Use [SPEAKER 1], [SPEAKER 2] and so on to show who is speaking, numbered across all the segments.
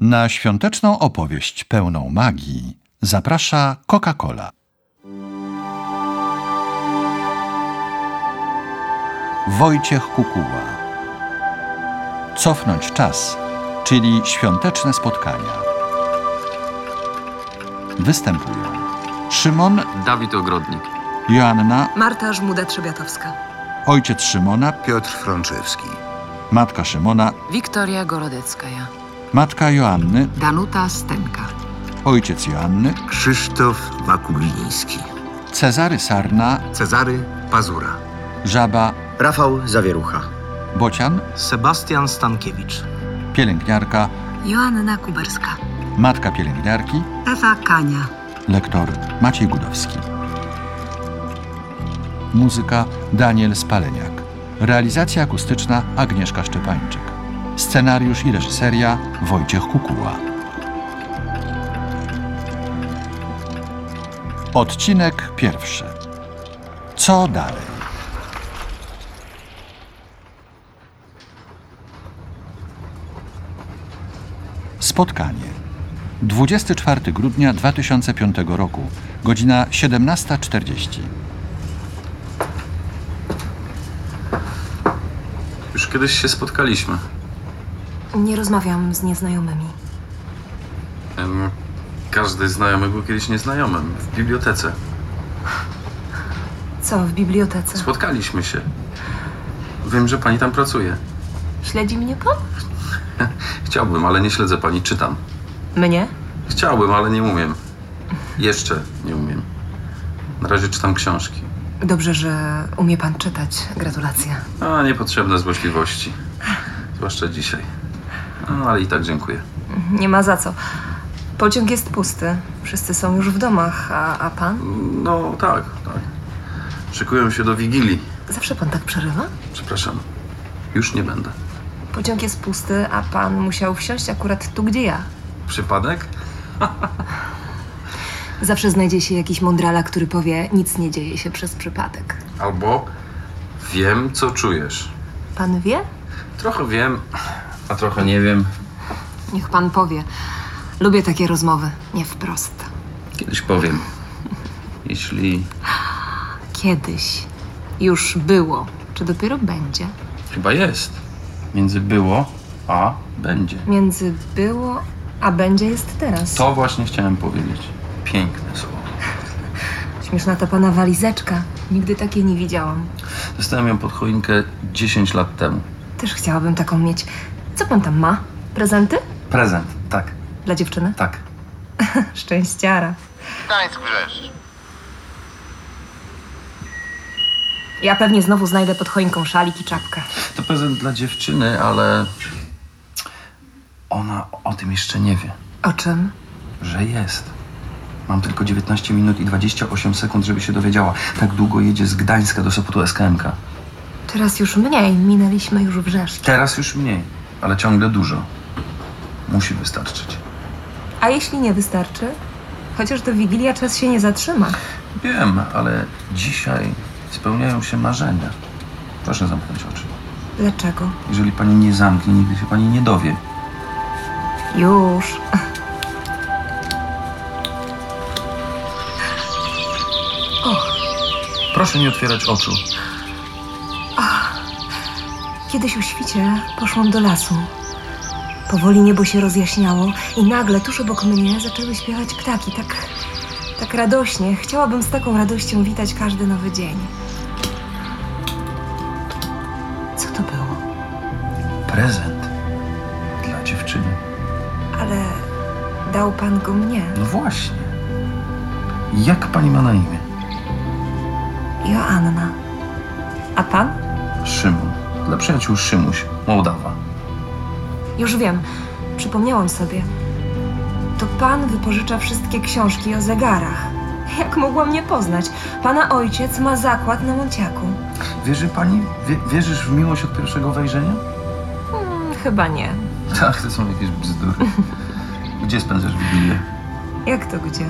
[SPEAKER 1] Na świąteczną opowieść pełną magii zaprasza Coca-Cola. Wojciech Kukuła. Cofnąć czas, czyli świąteczne spotkania. Występują Szymon,
[SPEAKER 2] Dawid Ogrodnik.
[SPEAKER 1] Joanna,
[SPEAKER 3] Marta Żmuda-Trzebiatowska.
[SPEAKER 1] ojciec Szymona,
[SPEAKER 4] Piotr Frączewski.
[SPEAKER 1] matka Szymona,
[SPEAKER 5] Wiktoria Gorodeckaja.
[SPEAKER 1] matka Joanny,
[SPEAKER 5] Danuta Stenka.
[SPEAKER 1] ojciec Joanny,
[SPEAKER 4] Krzysztof Wakuliński.
[SPEAKER 1] Cezary Sarna,
[SPEAKER 4] Cezary Pazura.
[SPEAKER 1] żaba
[SPEAKER 6] Rafał Zawierucha.
[SPEAKER 1] Bocian,
[SPEAKER 7] Sebastian Stankiewicz.
[SPEAKER 1] pielęgniarka,
[SPEAKER 3] Joanna Kuberska.
[SPEAKER 1] matka pielęgniarki,
[SPEAKER 3] Ewa Kania.
[SPEAKER 1] lektor Maciej Gudowski. Muzyka Daniel Spaleniak. Realizacja akustyczna Agnieszka Szczepańczyk. Scenariusz i reżyseria Wojciech Kukuła. Odcinek pierwszy. Co dalej? Spotkanie. 24 grudnia 2005 roku, godzina 17.40.
[SPEAKER 2] Już kiedyś się spotkaliśmy.
[SPEAKER 8] Nie rozmawiam z nieznajomymi.
[SPEAKER 2] Em, każdy znajomy był kiedyś nieznajomym. W bibliotece.
[SPEAKER 8] Co, w bibliotece?
[SPEAKER 2] Spotkaliśmy się. Wiem, że pani tam pracuje.
[SPEAKER 8] Śledzi mnie pan?
[SPEAKER 2] Chciałbym, ale nie śledzę pani, czytam.
[SPEAKER 8] Mnie?
[SPEAKER 2] Chciałbym, ale nie umiem. Jeszcze nie umiem. Na razie czytam książki.
[SPEAKER 8] Dobrze, że umie pan czytać. Gratulacje.
[SPEAKER 2] A, niepotrzebne złośliwości. Zwłaszcza dzisiaj. No, ale i tak dziękuję.
[SPEAKER 8] Nie ma za co. Pociąg jest pusty. Wszyscy są już w domach, a, a pan?
[SPEAKER 2] No tak, tak. Szykuję się do Wigilii.
[SPEAKER 8] Zawsze pan tak przerywa?
[SPEAKER 2] Przepraszam. Już nie będę.
[SPEAKER 8] Pociąg jest pusty, a pan musiał wsiąść akurat tu, gdzie ja.
[SPEAKER 2] Przypadek?
[SPEAKER 8] Zawsze znajdzie się jakiś mądrala, który powie, nic nie dzieje się przez przypadek.
[SPEAKER 2] Albo wiem, co czujesz.
[SPEAKER 8] Pan wie?
[SPEAKER 2] Trochę wiem, a trochę nie wiem.
[SPEAKER 8] Niech pan powie. Lubię takie rozmowy, nie wprost.
[SPEAKER 2] Kiedyś powiem. Jeśli
[SPEAKER 8] Kiedyś już było, czy dopiero będzie?
[SPEAKER 2] chyba jest. Między było a będzie.
[SPEAKER 8] Między było a będzie jest teraz.
[SPEAKER 2] To właśnie chciałem powiedzieć. Piękne słowo.
[SPEAKER 8] Śmieszna ta pana walizeczka. Nigdy takiej nie widziałam.
[SPEAKER 2] Dostałem ją pod choinkę 10 lat temu.
[SPEAKER 8] Też chciałabym taką mieć. Co pan tam ma? Prezenty?
[SPEAKER 2] Prezent, tak,
[SPEAKER 8] Dla dziewczyny?
[SPEAKER 2] tak.
[SPEAKER 8] Szczęściara.
[SPEAKER 4] Gdańsk Brzeszcz.
[SPEAKER 8] Ja pewnie znowu znajdę pod choinką szalik i czapkę.
[SPEAKER 2] To prezent dla dziewczyny, ale ona o tym jeszcze nie wie,
[SPEAKER 8] O czym?
[SPEAKER 2] że jest. Mam tylko 19 minut i 28 sekund, żeby się dowiedziała. Tak długo jedzie z Gdańska do Sopotu SKMK.
[SPEAKER 8] Teraz już mniej. Minęliśmy już wrzeszcz.
[SPEAKER 2] Teraz już mniej, ale ciągle dużo. Musi wystarczyć.
[SPEAKER 8] A jeśli nie wystarczy? Chociaż do Wigilia czas się nie zatrzyma.
[SPEAKER 2] Wiem, ale dzisiaj spełniają się marzenia. Proszę zamknąć oczy.
[SPEAKER 8] Dlaczego?
[SPEAKER 2] Jeżeli pani nie zamknie, nigdy się pani nie dowie.
[SPEAKER 8] Już.
[SPEAKER 2] Proszę nie otwierać oczu.
[SPEAKER 8] Kiedyś o świcie poszłam do lasu. Powoli niebo się rozjaśniało i nagle tuż obok mnie zaczęły śpiewać ptaki. Tak, tak radośnie. Chciałabym z taką radością witać każdy nowy dzień. Co to było?
[SPEAKER 2] Prezent dla dziewczyny.
[SPEAKER 8] Ale dał pan go mnie.
[SPEAKER 2] No właśnie. Jak pani ma na imię?
[SPEAKER 8] Joanna. A pan?
[SPEAKER 2] Szymon. Dla przyjaciół Szymuś, Mołdawa.
[SPEAKER 8] Już wiem. Przypomniałam sobie. To pan wypożycza wszystkie książki o zegarach. Jak mogłam nie poznać? Pana ojciec ma zakład na Monciaku.
[SPEAKER 2] Wierzy pani? Wie, wierzysz w miłość od pierwszego wejrzenia?
[SPEAKER 8] Hmm, chyba nie.
[SPEAKER 2] Tak, to są jakieś bzdury. Gdzie spędzasz Wigilię?
[SPEAKER 8] Jak to gdzie?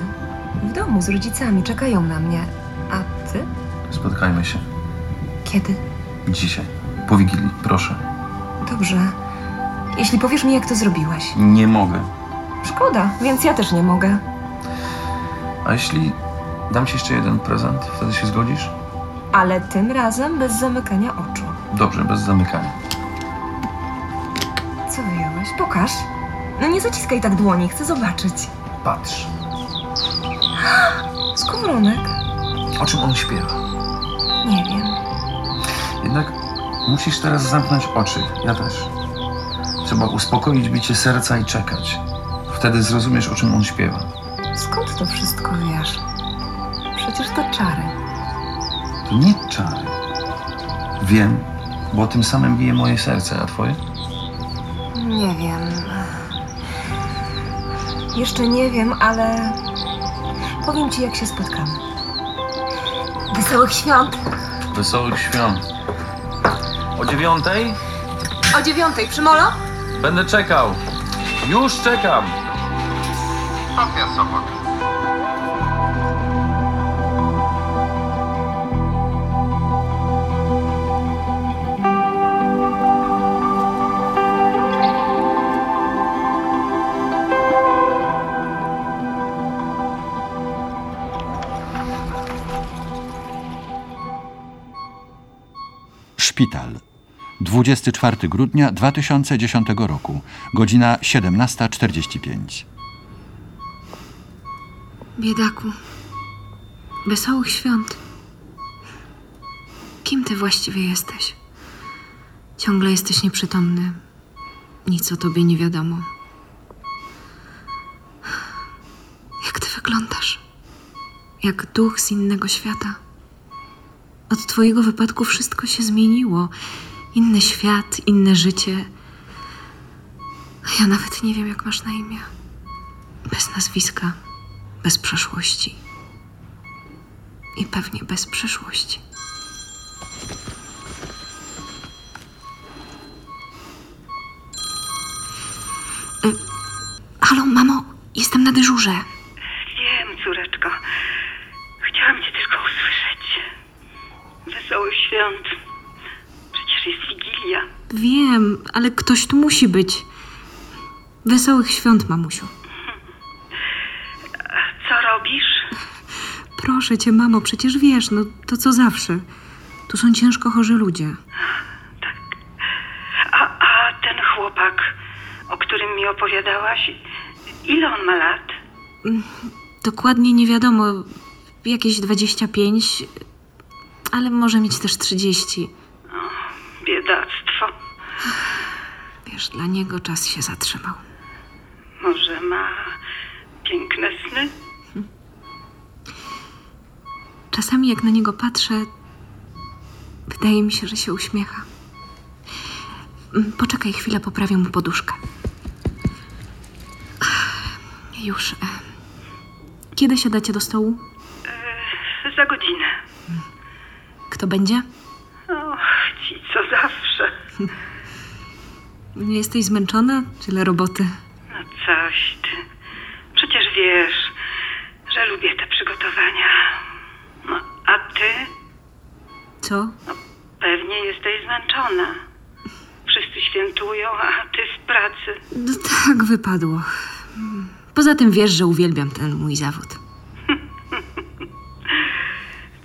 [SPEAKER 8] W domu z rodzicami czekają na mnie. A ty?
[SPEAKER 2] Spotkajmy się.
[SPEAKER 8] Kiedy?
[SPEAKER 2] Dzisiaj. Po Wigilii, proszę.
[SPEAKER 8] Dobrze. Jeśli powiesz mi, jak to zrobiłeś.
[SPEAKER 2] Nie mogę.
[SPEAKER 8] Szkoda, więc ja też nie mogę.
[SPEAKER 2] A jeśli dam ci jeszcze jeden prezent, wtedy się zgodzisz?
[SPEAKER 8] Ale tym razem bez zamykania oczu.
[SPEAKER 2] Dobrze, bez zamykania.
[SPEAKER 8] Co wyjąłeś? Pokaż. No nie zaciskaj tak dłoni, chcę zobaczyć.
[SPEAKER 2] Patrz,
[SPEAKER 8] Skowronek?
[SPEAKER 2] o czym on śpiewa.
[SPEAKER 8] Nie wiem.
[SPEAKER 2] Jednak musisz teraz zamknąć oczy, ja też. Trzeba uspokoić bicie serca i czekać. Wtedy zrozumiesz, o czym on śpiewa.
[SPEAKER 8] Skąd to wszystko wiesz? Przecież to czary.
[SPEAKER 2] To nie czary. Wiem, bo tym samym bije moje serce, a twoje?
[SPEAKER 8] Nie wiem. Jeszcze nie wiem, ale powiem ci, jak się spotkamy. Wesołych świąt!
[SPEAKER 2] Wesołych świąt. O dziewiątej
[SPEAKER 8] O dziewiątej, przy molo?
[SPEAKER 2] będę czekał. Już czekam.
[SPEAKER 4] Sofia Sopot.
[SPEAKER 1] Szpital. 24 grudnia 2010 roku, godzina 17.45.
[SPEAKER 3] Biedaku. Wesołych świąt. Kim ty właściwie jesteś? Ciągle jesteś nieprzytomny. Nic o tobie nie wiadomo. Jak ty wyglądasz? Jak duch z innego świata. Od twojego wypadku wszystko się zmieniło. Inny świat, inne życie. A ja nawet nie wiem, jak masz na imię. Bez nazwiska bez przeszłości. I pewnie bez przyszłości. Y, Halo, mamo, jestem na dyżurze.
[SPEAKER 6] Wiem, córeczko. Chciałam cię tylko usłyszeć. Wesołych świąt. Przecież jest Wigilia.
[SPEAKER 3] Wiem, ale ktoś tu musi być. Wesołych świąt, mamusiu.
[SPEAKER 6] Co robisz?
[SPEAKER 3] Proszę cię, mamo, przecież wiesz, no to co zawsze. Tu są ciężko chorzy ludzie.
[SPEAKER 6] A, a ten chłopak, o którym mi opowiadałaś, ile on ma lat?
[SPEAKER 3] Dokładnie nie wiadomo, jakieś 25, ale może mieć też 30.
[SPEAKER 6] Biedactwo.
[SPEAKER 3] Wiesz, dla niego czas się zatrzymał.
[SPEAKER 6] Może ma piękne sny?
[SPEAKER 3] Czasami jak na niego patrzę, wydaje mi się, że się uśmiecha. Mm, Poczekaj chwilę, poprawię mu poduszkę. Ach, Już. e. Kiedy siadacie do stołu?
[SPEAKER 6] E, Za godzinę.
[SPEAKER 3] Kto będzie?
[SPEAKER 6] O, ci co zawsze.
[SPEAKER 3] Nie jesteś zmęczona? Tyle roboty.
[SPEAKER 6] No coś ty. Przecież wiesz, że lubię te przygotowania. No, a ty
[SPEAKER 3] Co?
[SPEAKER 6] pewnie jesteś zmęczona. Wszyscy świętują, a ty w pracy.
[SPEAKER 3] No tak wypadło. Mm. Poza tym wiesz, że uwielbiam ten mój zawód.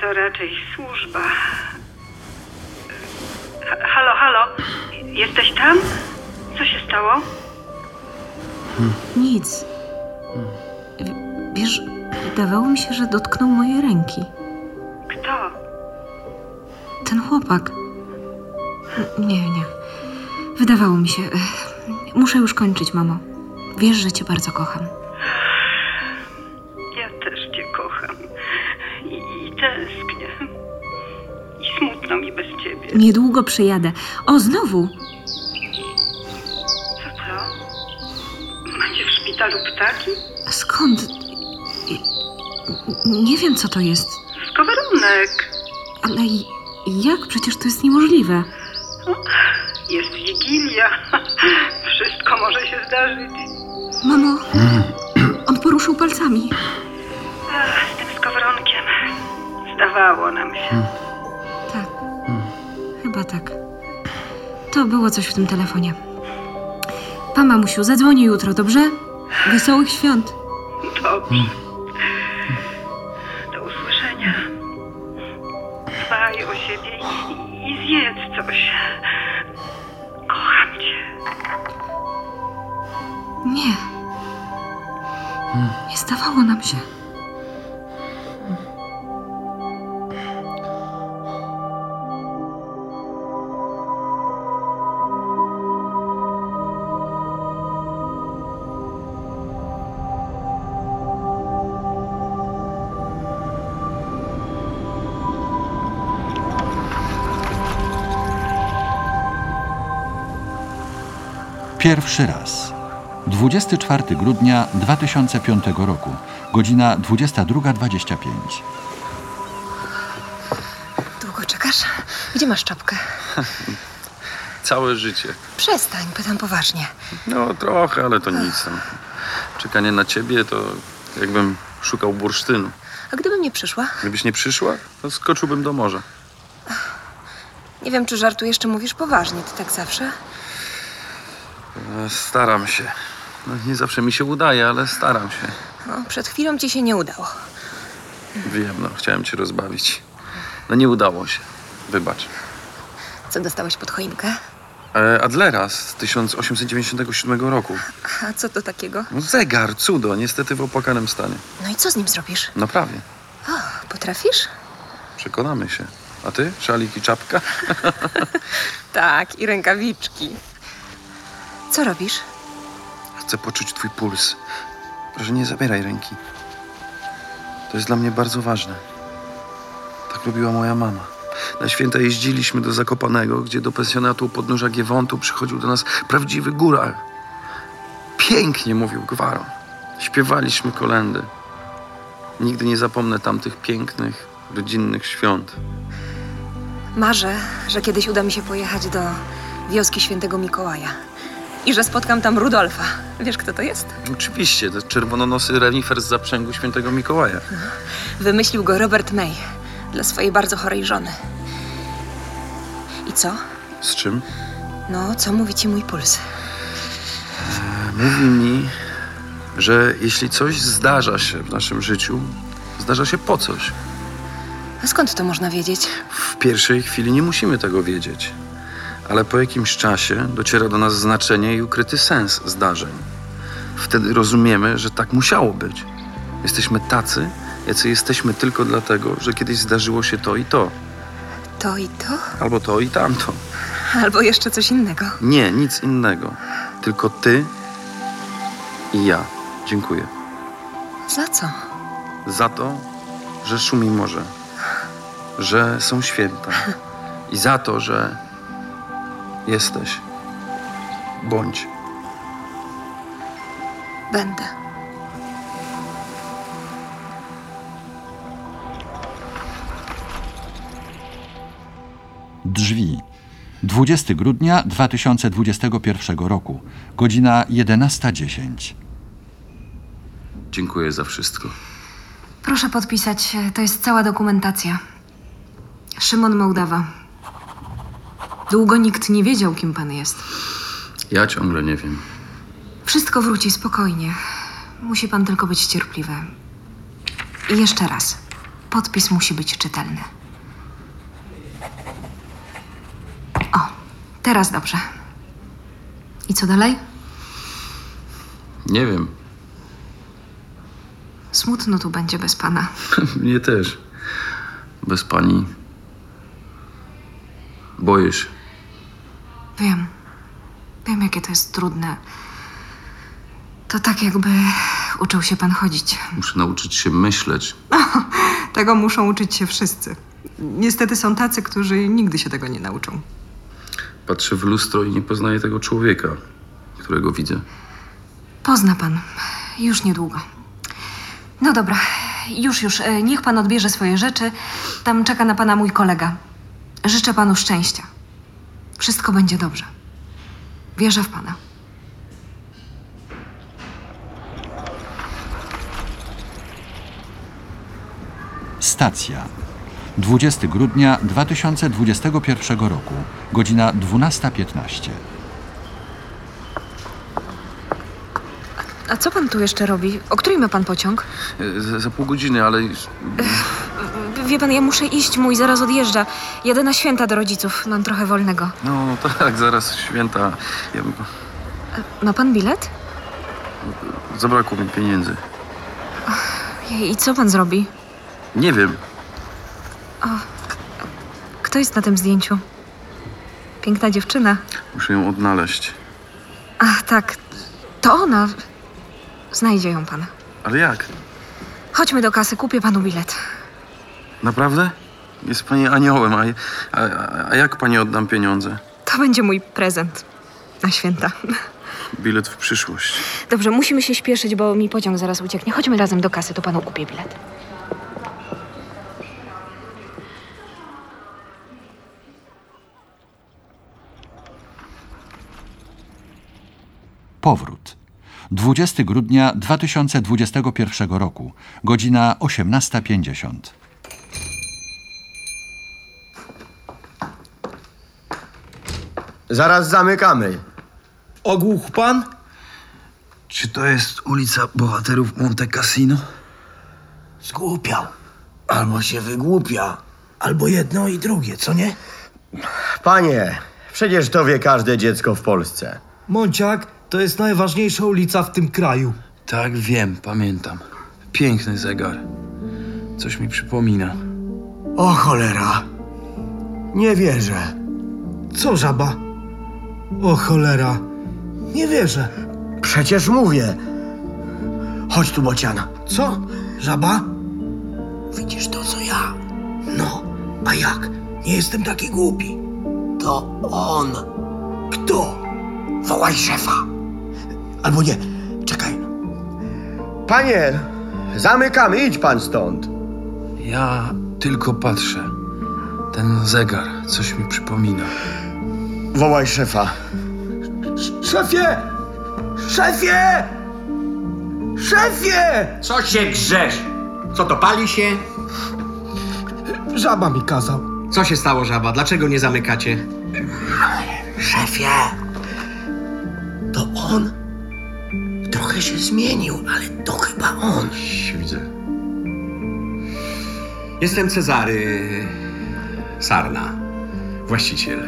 [SPEAKER 6] To raczej służba. Ha- Halo, halo, jesteś tam? Co się stało?
[SPEAKER 3] Nic. W- Wiesz, wydawało mi się, że dotknął mojej ręki.
[SPEAKER 6] Kto?
[SPEAKER 3] Ten chłopak. N- Nie, nie. Wydawało mi się. Ech, Muszę już kończyć, mamo. Wiesz, że cię bardzo kocham.
[SPEAKER 6] Ja też cię kocham. I, i tęsknię. I smutno mi bez ciebie.
[SPEAKER 3] Niedługo przyjadę. O, znowu!
[SPEAKER 6] Co, co? Macie w szpitalu ptaki?
[SPEAKER 3] Skąd? I- Nie wiem, co to jest,
[SPEAKER 6] Skowerunek.
[SPEAKER 3] ale i- jak? Przecież to jest niemożliwe.
[SPEAKER 6] Jest Wigilia. Wszystko może się zdarzyć.
[SPEAKER 3] Mamo, on poruszył palcami.
[SPEAKER 6] Ach, z tym skowronkiem zdawało nam się.
[SPEAKER 3] Tak. Chyba tak. To było coś w tym telefonie. Pa, mamusiu, zadzwonię jutro, dobrze? Wesołych świąt.
[SPEAKER 6] Dobrze. Do usłyszenia. Dbaj o siebie i, i zjedz coś. Kocham cię.
[SPEAKER 3] Nie. Nie zdawało nam się.
[SPEAKER 1] Pierwszy raz. 24 grudnia 2005 roku, godzina 22.25.
[SPEAKER 8] Długo czekasz? Gdzie masz czapkę?
[SPEAKER 2] Całe życie.
[SPEAKER 8] Przestań, pytam poważnie.
[SPEAKER 2] No trochę, ale to nic. Tam. Czekanie na ciebie to jakbym szukał bursztynu.
[SPEAKER 8] A gdybym nie przyszła?
[SPEAKER 2] Gdybyś nie przyszła, to skoczyłbym do morza.
[SPEAKER 8] Nie wiem, czy żartujesz, czy mówisz poważnie. Ty tak zawsze?
[SPEAKER 2] E, Staram się. No, nie zawsze mi się udaje, ale staram się.
[SPEAKER 8] No, przed chwilą ci się nie udało.
[SPEAKER 2] Wiem, no, chciałem cię rozbawić. No nie udało się. Wybacz.
[SPEAKER 8] Co, dostałeś pod choinkę?
[SPEAKER 2] E, Adlera z 1897 roku.
[SPEAKER 8] A co to takiego?
[SPEAKER 2] No, zegar, cudo, niestety w opłakanym stanie.
[SPEAKER 8] No i co z nim zrobisz?
[SPEAKER 2] No prawie.
[SPEAKER 8] O, potrafisz?
[SPEAKER 2] Przekonamy się. A ty? Szalik i czapka?
[SPEAKER 8] Tak, i rękawiczki. Co robisz?
[SPEAKER 2] Chcę poczuć twój puls. Proszę, nie zabieraj ręki. To jest dla mnie bardzo ważne. Tak robiła moja mama. Na święta jeździliśmy do Zakopanego, gdzie do pensjonatu u podnóża Giewontu przychodził do nas prawdziwy góral. Pięknie mówił gwarą. Śpiewaliśmy kolendy. Nigdy nie zapomnę tamtych pięknych, rodzinnych świąt.
[SPEAKER 8] Marzę, że kiedyś uda mi się pojechać do wioski świętego Mikołaja. I że spotkam tam Rudolfa. Wiesz, kto to jest?
[SPEAKER 2] Oczywiście, to czerwononosy renifer z zaprzęgu świętego Mikołaja.
[SPEAKER 8] Wymyślił go Robert May dla swojej bardzo chorej żony. I co?
[SPEAKER 2] Z czym?
[SPEAKER 8] No, co mówi ci mój puls?
[SPEAKER 2] E, Mówi mi, że jeśli coś zdarza się w naszym życiu, zdarza się po coś.
[SPEAKER 8] A skąd to można wiedzieć?
[SPEAKER 2] W pierwszej chwili nie musimy tego wiedzieć, ale po jakimś czasie dociera do nas znaczenie i ukryty sens zdarzeń. Wtedy rozumiemy, że tak musiało być. Jesteśmy tacy, jacy jesteśmy tylko dlatego, że kiedyś zdarzyło się to i to,
[SPEAKER 8] To i to?
[SPEAKER 2] albo to i tamto.
[SPEAKER 8] Albo jeszcze coś innego.
[SPEAKER 2] Nie, nic innego. Tylko ty i ja. Dziękuję.
[SPEAKER 8] Za co?
[SPEAKER 2] Za to, że szumi morze, że są święta i za to, że jesteś. Bądź.
[SPEAKER 8] Będę.
[SPEAKER 1] Drzwi. 20 grudnia 2021 roku, godzina 11.10.
[SPEAKER 2] Dziękuję za wszystko.
[SPEAKER 3] Proszę podpisać, e, to jest cała dokumentacja. Szymon Mołdawa. Długo nikt nie wiedział, kim pan jest.
[SPEAKER 2] Ja ciągle nie wiem.
[SPEAKER 3] Wszystko wróci spokojnie. Musi pan tylko być cierpliwy. I jeszcze raz. Podpis musi być czytelny. O, teraz dobrze. I co dalej?
[SPEAKER 2] Nie wiem.
[SPEAKER 3] Smutno tu będzie bez pana.
[SPEAKER 2] Mnie też. Bez pani. Boję się.
[SPEAKER 3] Wiem. Wiem, jakie to jest trudne. To tak, jakby uczył się pan chodzić. No,
[SPEAKER 2] Muszę nauczyć się myśleć.
[SPEAKER 9] Tego muszą uczyć się wszyscy. Niestety są tacy, którzy nigdy się tego nie nauczą.
[SPEAKER 2] Patrzę w lustro i nie poznaję tego człowieka, którego widzę.
[SPEAKER 3] Pozna pan. Już niedługo. No dobra, już, już. E, Niech pan odbierze swoje rzeczy. Tam czeka na pana mój kolega. Życzę panu szczęścia. Wszystko będzie dobrze. Wierzę w pana.
[SPEAKER 1] Stacja. 20 grudnia 2021 roku, godzina 12.15.
[SPEAKER 8] A
[SPEAKER 3] Co pan tu jeszcze robi? O której ma pan pociąg?
[SPEAKER 2] E, Za, za pół godziny, ale
[SPEAKER 3] W- Wie pan, ja muszę iść, mój zaraz odjeżdża. Jadę na święta do rodziców, mam trochę wolnego.
[SPEAKER 2] no tak, zaraz święta. Ja,
[SPEAKER 3] Ma pan bilet?
[SPEAKER 2] zabrakło mi pieniędzy.
[SPEAKER 3] I i co pan zrobi?
[SPEAKER 2] Nie wiem,
[SPEAKER 3] Kto jest na tym zdjęciu? Piękna dziewczyna.
[SPEAKER 2] muszę ją odnaleźć.
[SPEAKER 3] Ach, tak. To ona. Znajdzie ją pan.
[SPEAKER 2] Ale jak?
[SPEAKER 3] Chodźmy do kasy, kupię panu bilet.
[SPEAKER 2] Naprawdę? Jest pani aniołem, a, a, a jak pani oddam pieniądze?
[SPEAKER 3] To będzie mój prezent na święta.
[SPEAKER 2] Bilet w przyszłość.
[SPEAKER 3] Dobrze, musimy się śpieszyć, bo mi pociąg zaraz ucieknie. Chodźmy razem do kasy, to panu kupię bilet.
[SPEAKER 1] Powrót. 20 grudnia 2021 roku, godzina 18.50.
[SPEAKER 10] Zaraz zamykamy.
[SPEAKER 7] Ogłuch pan?
[SPEAKER 2] Czy to jest ulica Bohaterów Monte Cassino?
[SPEAKER 11] Zgłupiał. Albo się wygłupia, albo jedno i drugie, co nie?
[SPEAKER 10] Panie, przecież to wie każde dziecko w Polsce.
[SPEAKER 11] Mąciak to jest najważniejsza ulica w tym kraju.
[SPEAKER 2] Tak, wiem, pamiętam. Piękny zegar. Coś mi przypomina.
[SPEAKER 11] O cholera. Nie wierzę. Co żaba? O cholera. Nie wierzę.
[SPEAKER 10] Przecież mówię. Chodź tu, Bociana.
[SPEAKER 11] Co? Żaba? Widzisz to, co ja? No, a jak? Nie jestem taki głupi. To on. Kto? Wołaj szefa. Albo nie, czekaj.
[SPEAKER 10] Panie, zamykamy, idź pan stąd.
[SPEAKER 2] Ja tylko patrzę. Ten zegar coś mi przypomina.
[SPEAKER 10] Wołaj szefa.
[SPEAKER 11] Szefie! Szefie! Szefie!
[SPEAKER 12] Co się grzesz? Co to pali się?
[SPEAKER 11] Żaba mi kazał.
[SPEAKER 12] Co się stało, żaba? Dlaczego nie zamykacie?
[SPEAKER 11] Szefie! To on? Trochę się zmienił, ale to chyba on.
[SPEAKER 12] Widzę. Jestem Cezary Sarna, właściciel.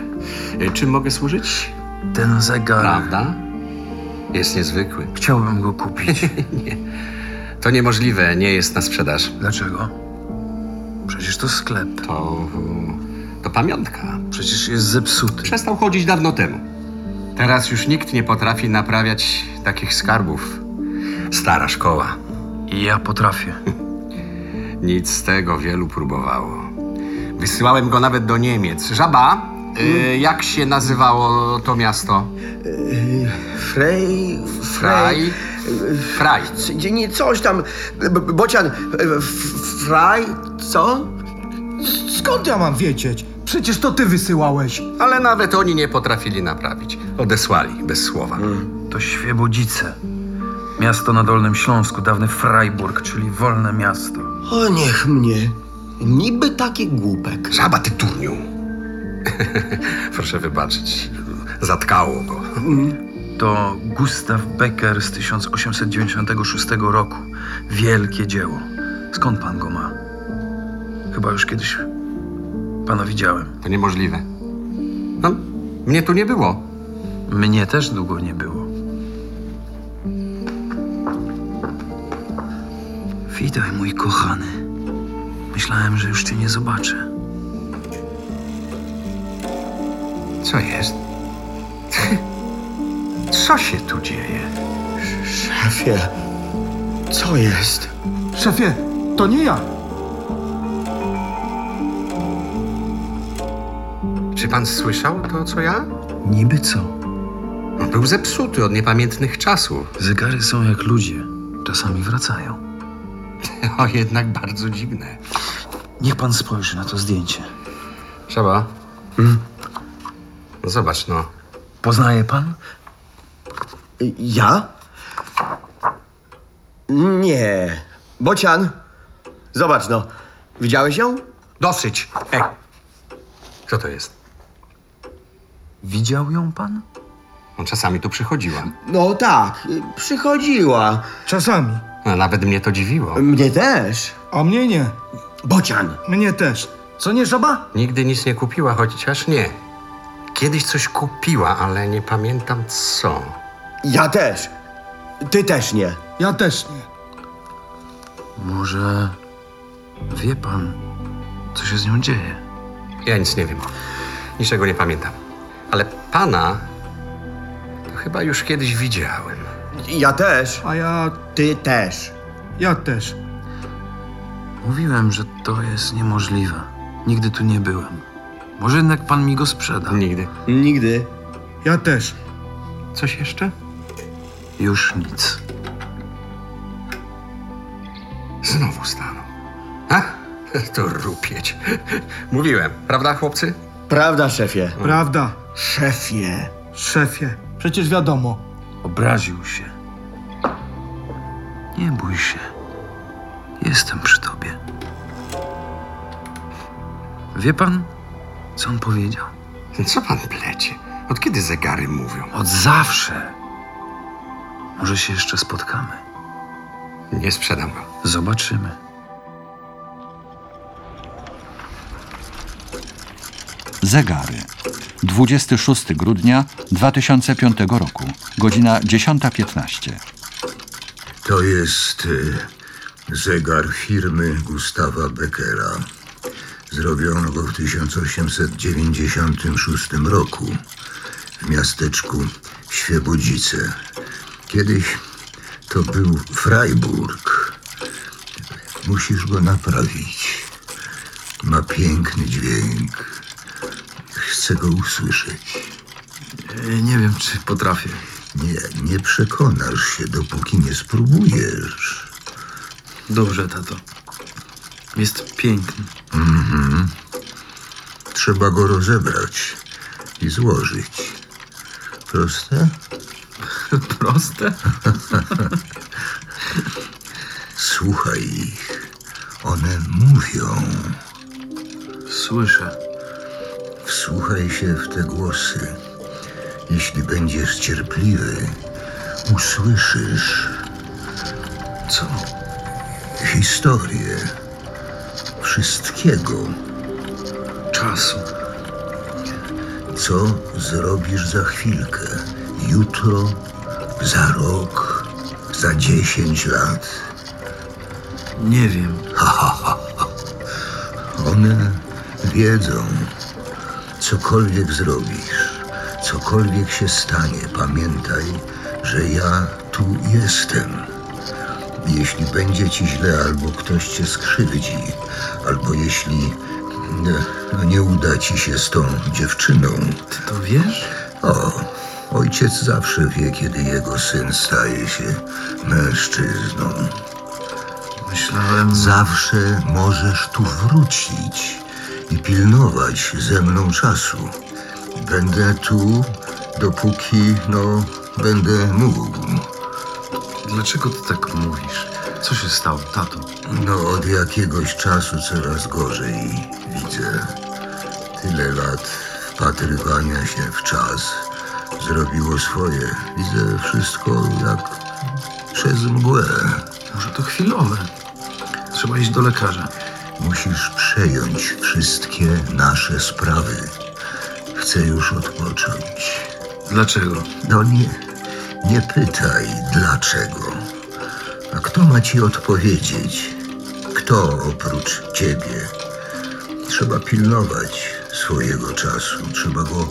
[SPEAKER 12] Y, Czym mogę służyć?
[SPEAKER 2] Ten zegar.
[SPEAKER 12] Prawda? Jest niezwykły.
[SPEAKER 2] Chciałbym go kupić.
[SPEAKER 12] nie. To niemożliwe, nie jest na sprzedaż.
[SPEAKER 2] Dlaczego? Przecież to sklep.
[SPEAKER 12] To. to pamiątka.
[SPEAKER 2] Przecież jest zepsuty.
[SPEAKER 12] Przestał chodzić dawno temu. Teraz już nikt nie potrafi naprawiać takich skarbów. Stara szkoła.
[SPEAKER 2] I ja potrafię.
[SPEAKER 12] Nic z tego wielu próbowało. Wysyłałem go nawet do Niemiec. Żaba, y, jak się nazywało to miasto?
[SPEAKER 10] Frej...
[SPEAKER 12] Fraj. Fraj.
[SPEAKER 10] C- Nie, coś tam. B- b- Bocian, e, f- fraj, co?
[SPEAKER 11] Skąd ja mam wiedzieć? Przecież to ty wysyłałeś.
[SPEAKER 12] Ale nawet oni nie potrafili naprawić. Odesłali bez słowa.
[SPEAKER 2] Mm. To Świebodzice. Miasto na Dolnym Śląsku, dawny Freiburg, czyli wolne miasto.
[SPEAKER 11] O niech mnie. Niby taki głupek.
[SPEAKER 12] Żaba, ty turniu. Proszę wybaczyć. Zatkało go.
[SPEAKER 2] To Gustav Becker z 1896 roku. Wielkie dzieło. Skąd pan go ma? Chyba już kiedyś pana widziałem.
[SPEAKER 12] To niemożliwe. No, mnie tu nie było.
[SPEAKER 2] Mnie też długo nie było. Witaj, mój kochany. Myślałem, że już cię nie zobaczę.
[SPEAKER 12] Co jest? Co się tu dzieje?
[SPEAKER 10] Szefie, co jest?
[SPEAKER 11] Szefie, to nie ja.
[SPEAKER 12] Czy pan słyszał to, co ja?
[SPEAKER 2] Niby co?
[SPEAKER 12] On był zepsuty od niepamiętnych czasów.
[SPEAKER 2] Zegary są jak ludzie. Czasami wracają.
[SPEAKER 12] O, jednak bardzo dziwne.
[SPEAKER 2] Niech pan spojrzy na to zdjęcie. Hmm?
[SPEAKER 12] Trzeba. No zobacz, no.
[SPEAKER 2] Poznaje pan?
[SPEAKER 10] Ja? Nie. Bocian, zobacz no. Widziałeś ją?
[SPEAKER 12] Dosyć. Ej. Co to jest?
[SPEAKER 2] Widział ją pan?
[SPEAKER 12] No, czasami tu przychodziła.
[SPEAKER 10] No tak, y, przychodziła.
[SPEAKER 7] Czasami.
[SPEAKER 12] No, nawet mnie to dziwiło.
[SPEAKER 10] Mnie też.
[SPEAKER 7] A mnie nie.
[SPEAKER 10] Bocian.
[SPEAKER 7] Mnie też. Co nie żaba?
[SPEAKER 12] Nigdy nic nie kupiła, chociaż nie. Kiedyś coś kupiła, ale nie pamiętam co.
[SPEAKER 10] Ja też. Ty też nie.
[SPEAKER 7] Ja też nie.
[SPEAKER 2] Może wie pan, co się z nią dzieje?
[SPEAKER 12] Ja nic nie wiem. Niczego nie pamiętam. Ale pana to chyba już kiedyś widziałem.
[SPEAKER 10] Ja też.
[SPEAKER 7] A ja...
[SPEAKER 10] Ty też.
[SPEAKER 7] Ja też.
[SPEAKER 2] Mówiłem, że to jest niemożliwe. Nigdy tu nie byłem. Może jednak pan mi go sprzeda.
[SPEAKER 12] Nigdy.
[SPEAKER 10] Nigdy.
[SPEAKER 7] Ja też.
[SPEAKER 12] Coś jeszcze?
[SPEAKER 2] Już nic.
[SPEAKER 12] Znowu stanął. A? To rupieć. Mówiłem, prawda chłopcy? No.
[SPEAKER 10] Prawda, szefie?
[SPEAKER 7] Prawda,
[SPEAKER 10] Szefie.
[SPEAKER 7] szefie. Przecież wiadomo.
[SPEAKER 2] Obraził się. Nie bój się. Jestem przy tobie. Wie pan, co on powiedział?
[SPEAKER 12] No Co pan plecie? Od kiedy zegary mówią?
[SPEAKER 2] Od zawsze. Może się jeszcze spotkamy.
[SPEAKER 12] Nie sprzedam go.
[SPEAKER 2] Zobaczymy.
[SPEAKER 1] Zegary. 26 grudnia 2005 roku, godzina 10.15.
[SPEAKER 13] To jest y, zegar firmy Gustawa Beckera. Zrobiono go w 1896 roku w miasteczku Świebodzice. Kiedyś to był Freiburg. Musisz go naprawić. Ma piękny dźwięk. Chcę go usłyszeć.
[SPEAKER 2] Nie wiem, czy potrafię.
[SPEAKER 13] Nie, nie przekonasz się, dopóki nie spróbujesz.
[SPEAKER 2] Dobrze, tato. Jest piękny.
[SPEAKER 13] Mhm. Trzeba go rozebrać i złożyć. Proste?
[SPEAKER 2] Proste?
[SPEAKER 13] Słuchaj ich. One mówią.
[SPEAKER 2] Słyszę.
[SPEAKER 13] Wsłuchaj się w te głosy. Jeśli będziesz cierpliwy, usłyszysz
[SPEAKER 2] Co?
[SPEAKER 13] historię wszystkiego,
[SPEAKER 2] Czasu.
[SPEAKER 13] co zrobisz za chwilkę, jutro, za rok, za dziesięć lat.
[SPEAKER 2] Nie wiem.
[SPEAKER 13] Ha, ha, ha, ha. One wiedzą, cokolwiek zrobisz, cokolwiek się stanie, pamiętaj, że ja tu jestem. Jeśli będzie ci źle, albo ktoś cię skrzywdzi, albo jeśli nie, no nie uda ci się z tą dziewczyną.
[SPEAKER 2] Ty to wiesz?
[SPEAKER 13] O, ojciec zawsze wie, kiedy jego syn staje się mężczyzną.
[SPEAKER 2] Myślałem.
[SPEAKER 13] Zawsze możesz tu wrócić i pilnować ze mną czasu. Będę tu, dopóki, no, będę mógł.
[SPEAKER 2] Dlaczego ty tak mówisz? Co się stało, tato?
[SPEAKER 13] No, od jakiegoś czasu coraz gorzej widzę. Tyle lat wpatrywania się w czas zrobiło swoje. Widzę wszystko jak przez mgłę.
[SPEAKER 2] Może to chwilowe. Trzeba iść do lekarza.
[SPEAKER 13] Musisz przejąć wszystkie nasze sprawy. Chcę już odpocząć.
[SPEAKER 2] Dlaczego?
[SPEAKER 13] No nie, nie pytaj dlaczego. A kto ma ci odpowiedzieć? Kto oprócz ciebie? Trzeba pilnować swojego czasu, trzeba go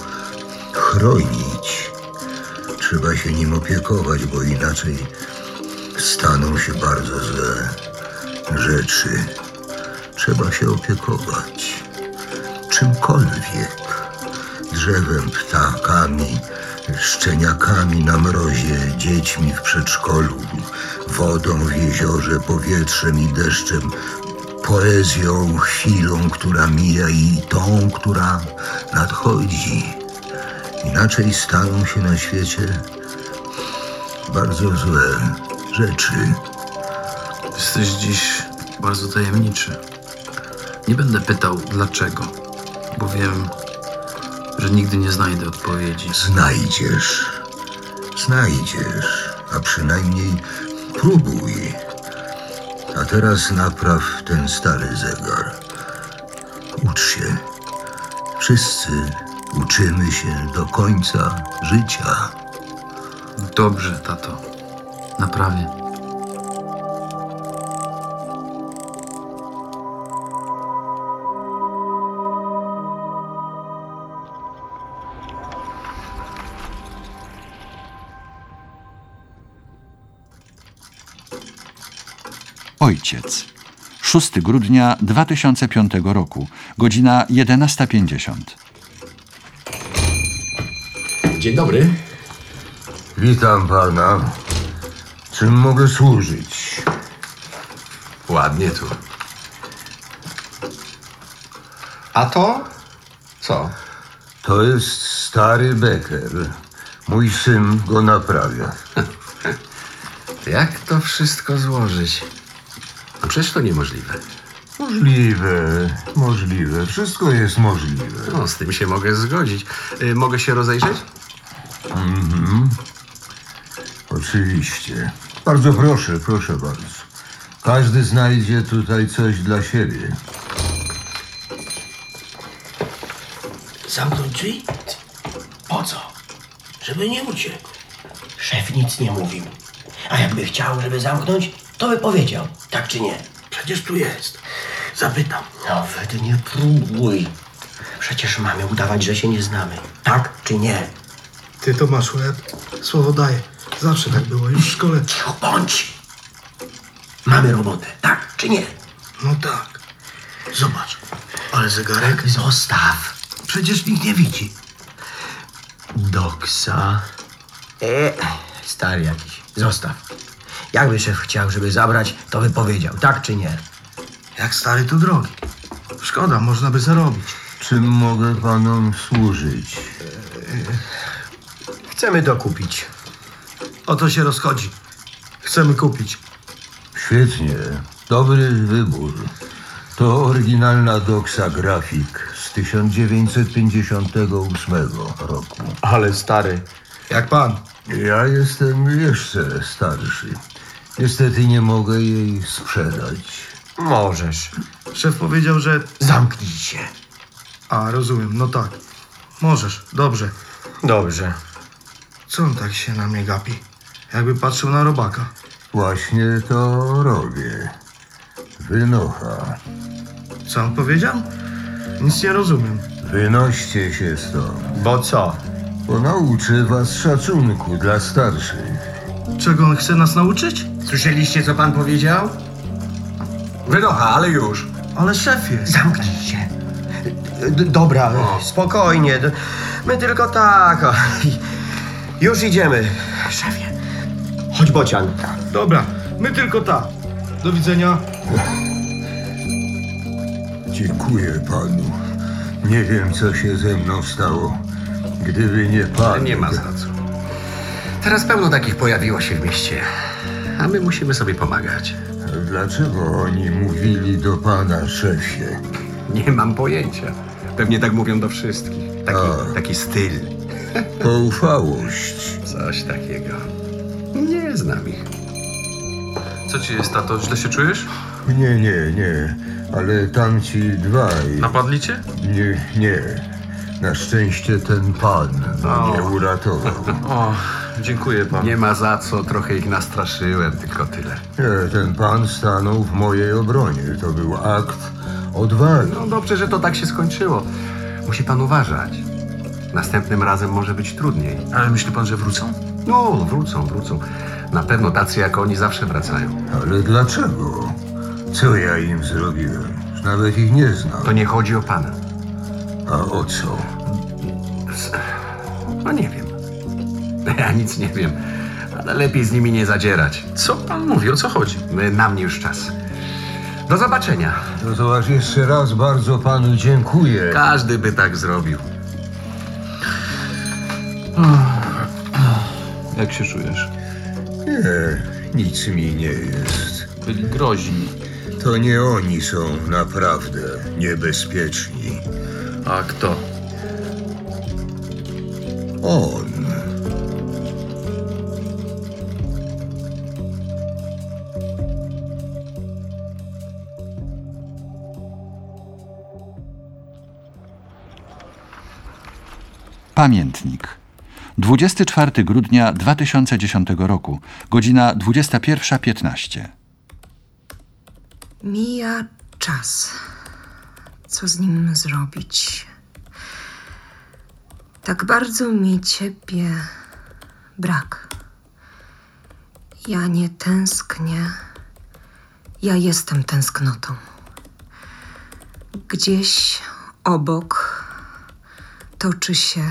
[SPEAKER 13] chronić. Trzeba się nim opiekować, bo inaczej staną się bardzo złe rzeczy. Trzeba się opiekować czymkolwiek drzewem, ptakami, szczeniakami na mrozie, dziećmi w przedszkolu, wodą w jeziorze, powietrzem i deszczem, poezją, chwilą, która mija i tą, która nadchodzi. Inaczej staną się na świecie bardzo złe rzeczy.
[SPEAKER 2] Jesteś dziś bardzo tajemniczy. Nie będę pytał dlaczego, bo wiem, że nigdy nie znajdę odpowiedzi.
[SPEAKER 13] Znajdziesz. Znajdziesz, a przynajmniej próbuj. A teraz napraw ten stary zegar. Ucz się. Wszyscy uczymy się do końca życia.
[SPEAKER 2] Dobrze, tato. Naprawię.
[SPEAKER 1] Ojciec. 6 grudnia 2005 roku, godzina 11.50.
[SPEAKER 13] Dzień dobry. Witam pana. Czym mogę służyć?
[SPEAKER 12] Ładnie tu. A to? Co?
[SPEAKER 13] To jest stary Becker. Mój syn go naprawia.
[SPEAKER 12] Jak to wszystko złożyć? A przecież to niemożliwe.
[SPEAKER 13] Możliwe, E, możliwe. Wszystko jest możliwe.
[SPEAKER 12] No, z tym się mogę zgodzić. Y, mogę się rozejrzeć?
[SPEAKER 13] Mhm. Oczywiście. Bardzo proszę, proszę bardzo. Każdy znajdzie tutaj coś dla siebie.
[SPEAKER 10] Zamknąć drzwi? Po co? Żeby nie uciekł. Szef nic nie mówił. A jakby chciał, żeby zamknąć, to by powiedział. Tak czy nie? Przecież tu jest. Zapytam. Nawet nie próbuj. Przecież mamy udawać, że się nie znamy. Tak czy nie?
[SPEAKER 14] Ty to masz łeb. Słowo daję. Zawsze tak było, już w szkole. Cicho
[SPEAKER 10] bądź! Mamy robotę, tak czy nie?
[SPEAKER 14] No tak.
[SPEAKER 10] Zobacz, ale zegarek. Tak, zostaw. Przecież nikt nie widzi. Doksa. E, stary jakiś. Zostaw. Jakby szef chciał, żeby zabrać, to by powiedział, tak czy nie?
[SPEAKER 14] Jak stary to drogi. Szkoda, można by zarobić.
[SPEAKER 13] Czym mogę panom służyć?
[SPEAKER 10] E, Chcemy to kupić.
[SPEAKER 14] O to się rozchodzi. Chcemy kupić.
[SPEAKER 13] Świetnie. Dobry wybór. To oryginalna doksa grafik z 1958 roku.
[SPEAKER 10] Ale stary.
[SPEAKER 13] Jak pan? Ja jestem jeszcze starszy. Niestety nie mogę jej sprzedać.
[SPEAKER 10] Możesz.
[SPEAKER 14] Szef powiedział, że...
[SPEAKER 10] Zamknij się.
[SPEAKER 14] A, rozumiem, no tak. Możesz, dobrze.
[SPEAKER 10] Dobrze.
[SPEAKER 14] Co on tak się na mnie gapi? Jakby patrzył na robaka.
[SPEAKER 13] Właśnie to robię. Wynocha.
[SPEAKER 14] Co on powiedział? Nic nie rozumiem.
[SPEAKER 13] Wynoście się stąd.
[SPEAKER 10] Bo co?
[SPEAKER 13] Bo nauczy was szacunku dla starszych.
[SPEAKER 14] Czego on chce nas nauczyć?
[SPEAKER 10] Słyszeliście, co pan powiedział? Wynocha, ale już.
[SPEAKER 14] Ale szefie.
[SPEAKER 10] Zamknij się. D- dobra, spokojnie. D- My tylko tak. o. Już idziemy. Szefie. Chodź, Bocian.
[SPEAKER 14] Dobra, my tylko ta. Do widzenia.
[SPEAKER 13] Dziękuję panu. Nie wiem, co się ze mną stało. Gdyby nie pan.
[SPEAKER 12] Nie ma za co. Teraz pełno takich pojawiło się w mieście. A my musimy sobie pomagać.
[SPEAKER 13] Dlaczego oni mówili do pana, szefie?
[SPEAKER 12] Nie mam pojęcia. Pewnie tak mówią do wszystkich. Taki, taki styl.
[SPEAKER 13] Poufałość.
[SPEAKER 12] Coś takiego. Nie znam ich.
[SPEAKER 2] Co ci jest, tato? Źle się czujesz?
[SPEAKER 13] Nie, nie, nie. Ale tamci dwaj.
[SPEAKER 2] Napadli cię?
[SPEAKER 13] Nie, nie. Na szczęście ten pan mnie uratował.
[SPEAKER 2] O, dziękuję panu.
[SPEAKER 12] Nie ma za co, trochę ich nastraszyłem, tylko tyle.
[SPEAKER 13] Nie, ten pan stanął w mojej obronie. To był akt odwagi.
[SPEAKER 12] No dobrze, że to tak się skończyło. Musi pan uważać. Następnym razem może być trudniej.
[SPEAKER 2] Ale myśli pan, że wrócą?
[SPEAKER 12] No, wrócą, wrócą. Na pewno tacy jak oni zawsze wracają.
[SPEAKER 13] Ale dlaczego? Co ja im zrobiłem? Nawet ich nie znam.
[SPEAKER 12] To nie chodzi o pana.
[SPEAKER 13] A o co?
[SPEAKER 12] No nie wiem. Ja nic nie wiem. Ale lepiej z nimi nie zadzierać.
[SPEAKER 2] Co pan mówi? O co chodzi?
[SPEAKER 12] My- Na mnie już czas. Do zobaczenia.
[SPEAKER 13] No to aż jeszcze raz bardzo panu dziękuję.
[SPEAKER 12] Każdy by tak zrobił.
[SPEAKER 2] Jak się czujesz?
[SPEAKER 13] Nie, nic mi nie jest.
[SPEAKER 2] Byli groźni.
[SPEAKER 13] To nie oni są naprawdę niebezpieczni.
[SPEAKER 2] A kto?
[SPEAKER 13] On.
[SPEAKER 1] Pamiętnik. 24 grudnia 2010 roku, godzina 21.15.
[SPEAKER 5] Mija czas. Co z nim zrobić?
[SPEAKER 8] Tak bardzo mi ciebie brak. Ja nie tęsknię. Ja jestem tęsknotą. Gdzieś obok toczy się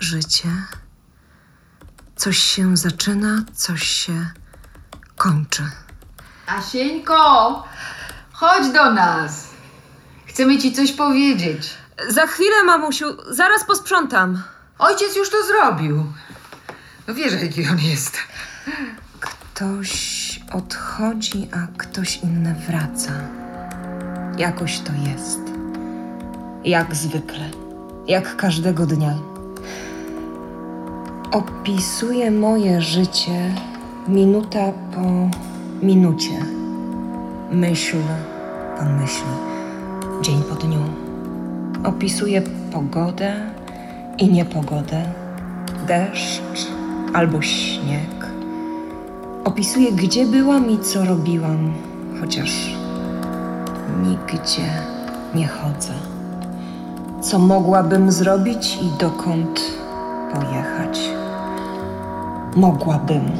[SPEAKER 8] życie. Coś się zaczyna, coś się kończy.
[SPEAKER 15] Asieńko, chodź do nas. Chcemy ci coś powiedzieć.
[SPEAKER 8] Za chwilę, mamusiu, zaraz posprzątam.
[SPEAKER 15] Ojciec już to zrobił. No wiesz, jaki on jest.
[SPEAKER 8] Ktoś odchodzi, a ktoś inny wraca. Jakoś to jest. Jak zwykle. Jak każdego dnia. Opisuję moje życie minuta po minucie. Myśl po myśli. Dzień po dniu. Opisuję pogodę i niepogodę. Deszcz albo śnieg. Opisuję, gdzie byłam i co robiłam, chociaż nigdzie nie chodzę. Co mogłabym zrobić i dokąd pojechać? Mogłabym,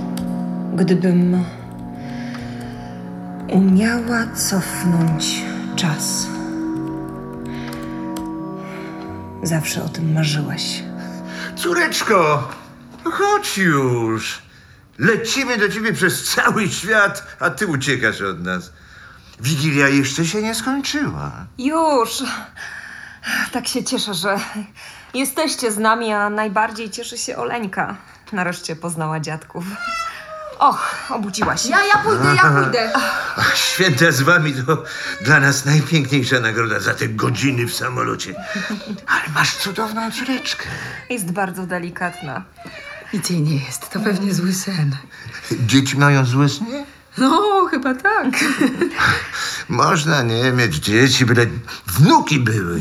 [SPEAKER 8] gdybym umiała cofnąć czas. Zawsze o tym marzyłaś.
[SPEAKER 11] Córeczko, no chodź już. Lecimy do ciebie przez cały świat, a ty uciekasz od nas. Wigilia jeszcze się nie skończyła.
[SPEAKER 8] Już! Tak się cieszę, że jesteście z nami, a najbardziej cieszy się Oleńka. Nareszcie poznała dziadków. Och, obudziła się.
[SPEAKER 15] Ja, ja pójdę, ja pójdę.
[SPEAKER 11] Ach, święta z wami to dla nas najpiękniejsza nagroda za te godziny w samolocie. Ale masz cudowną córeczkę.
[SPEAKER 8] Jest bardzo delikatna.
[SPEAKER 5] Nic jej nie jest, to pewnie zły sen.
[SPEAKER 11] Dzieci mają zły sen?
[SPEAKER 5] No, chyba tak.
[SPEAKER 11] Można nie mieć dzieci, byle wnuki były.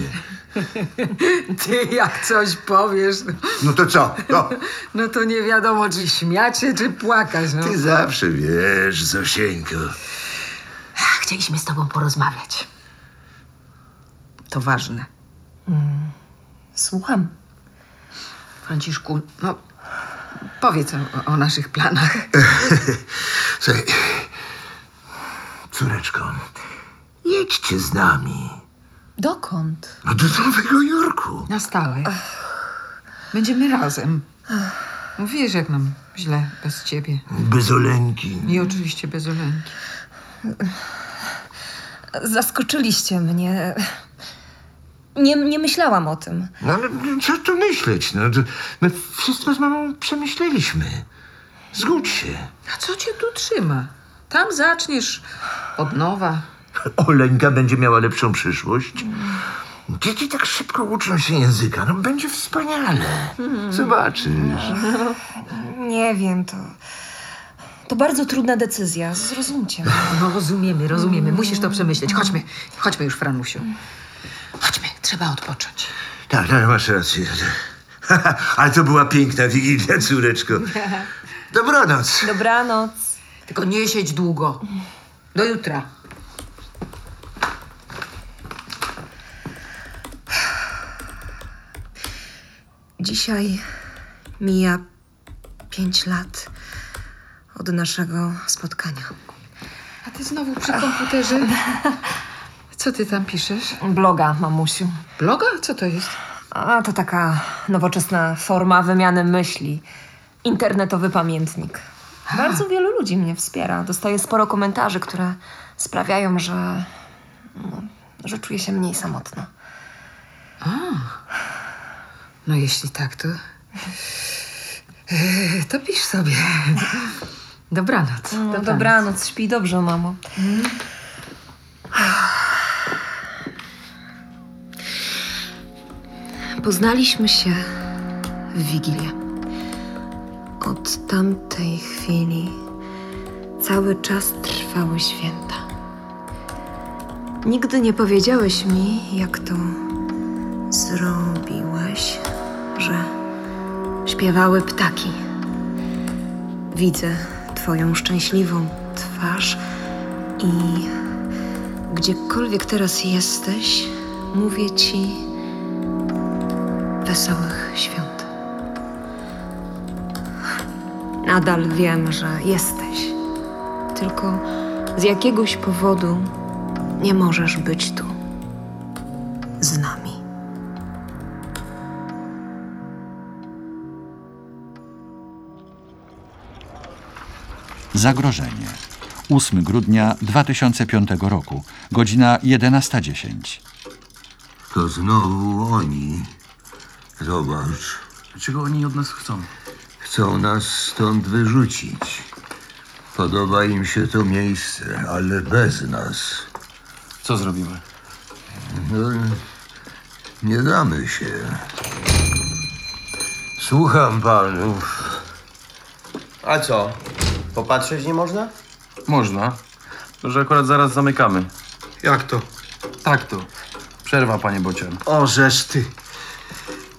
[SPEAKER 5] Ty jak coś powiesz,
[SPEAKER 11] No to co? No,
[SPEAKER 5] no to nie wiadomo, czy śmiać się, czy płakać. No.
[SPEAKER 11] ty zawsze wiesz, Zosieńko.
[SPEAKER 5] Tak, Chcieliśmy z tobą porozmawiać. To ważne. Mm,
[SPEAKER 8] Słucham.
[SPEAKER 5] Franciszku, no powiedz o, o naszych planach.
[SPEAKER 11] Słuchaj, córeczko, jedźcie z nami.
[SPEAKER 5] Dokąd?
[SPEAKER 11] No do Nowego Jorku.
[SPEAKER 5] Na stałe. Będziemy razem. No Wiesz, jak nam źle bez ciebie.
[SPEAKER 11] Bez Oleńki.
[SPEAKER 5] I oczywiście bez Oleńki.
[SPEAKER 8] Zaskoczyliście mnie. Nie, nie myślałam o tym.
[SPEAKER 11] No ale co tu myśleć? No, to, my wszystko z mamą No, przemyśleliśmy. Zgódź się.
[SPEAKER 5] A co cię tu trzyma? Tam zaczniesz od nowa.
[SPEAKER 11] Oleńka będzie miała lepszą przyszłość. Dzieci tak szybko uczą się języka. No będzie wspaniale. Zobaczysz.
[SPEAKER 8] Nie wiem, to. To bardzo trudna decyzja, zrozumcie. mnie.
[SPEAKER 5] No rozumiemy, rozumiemy. Musisz to przemyśleć. Chodźmy, chodźmy już, Franusiu. Chodźmy, trzeba odpocząć.
[SPEAKER 11] Tak, tak, masz rację. Ale to była piękna wigilia, córeczko. Dobranoc.
[SPEAKER 8] Dobranoc.
[SPEAKER 5] Tylko nie siedź długo. Do jutra.
[SPEAKER 8] Dzisiaj mija pięć lat od naszego spotkania.
[SPEAKER 5] A ty znowu przy komputerze? Co ty tam piszesz?
[SPEAKER 8] Bloga, mamusiu.
[SPEAKER 5] Bloga? Co to jest?
[SPEAKER 8] A to taka nowoczesna forma wymiany myśli. Internetowy pamiętnik. Bardzo wielu ludzi mnie wspiera. Dostaję sporo komentarzy, które sprawiają, że, no, że czuję się mniej samotna.
[SPEAKER 5] A. No jeśli tak, to... Eee, To pisz sobie. Dobranoc. Mm.
[SPEAKER 8] No, dobranoc, śpi dobrze, mamo. Poznaliśmy się w Wigilię. Od tamtej chwili cały czas trwały święta. Nigdy nie powiedziałeś mi, jak to zrobiłeś, że
[SPEAKER 3] śpiewały ptaki. Widzę Twoją szczęśliwą twarz i gdziekolwiek teraz jesteś, mówię Ci wesołych świąt. Nadal wiem, że jesteś, tylko z jakiegoś powodu nie możesz być tu z nami.
[SPEAKER 1] Zagrożenie. 8 grudnia 2005 roku, godzina 11.10.
[SPEAKER 13] To znowu oni. Zobacz,
[SPEAKER 2] Czego oni od nas chcą?
[SPEAKER 13] chcą nas stąd wyrzucić. Podoba im się to miejsce, ale bez nas.
[SPEAKER 2] Co zrobimy?
[SPEAKER 13] No, nie damy się. Słucham panów.
[SPEAKER 10] A co? Popatrzeć nie można?
[SPEAKER 2] Można. Tylko, że akurat zaraz zamykamy.
[SPEAKER 7] Jak to?
[SPEAKER 2] Tak to. Przerwa, panie Bocian.
[SPEAKER 10] O, żeż ty.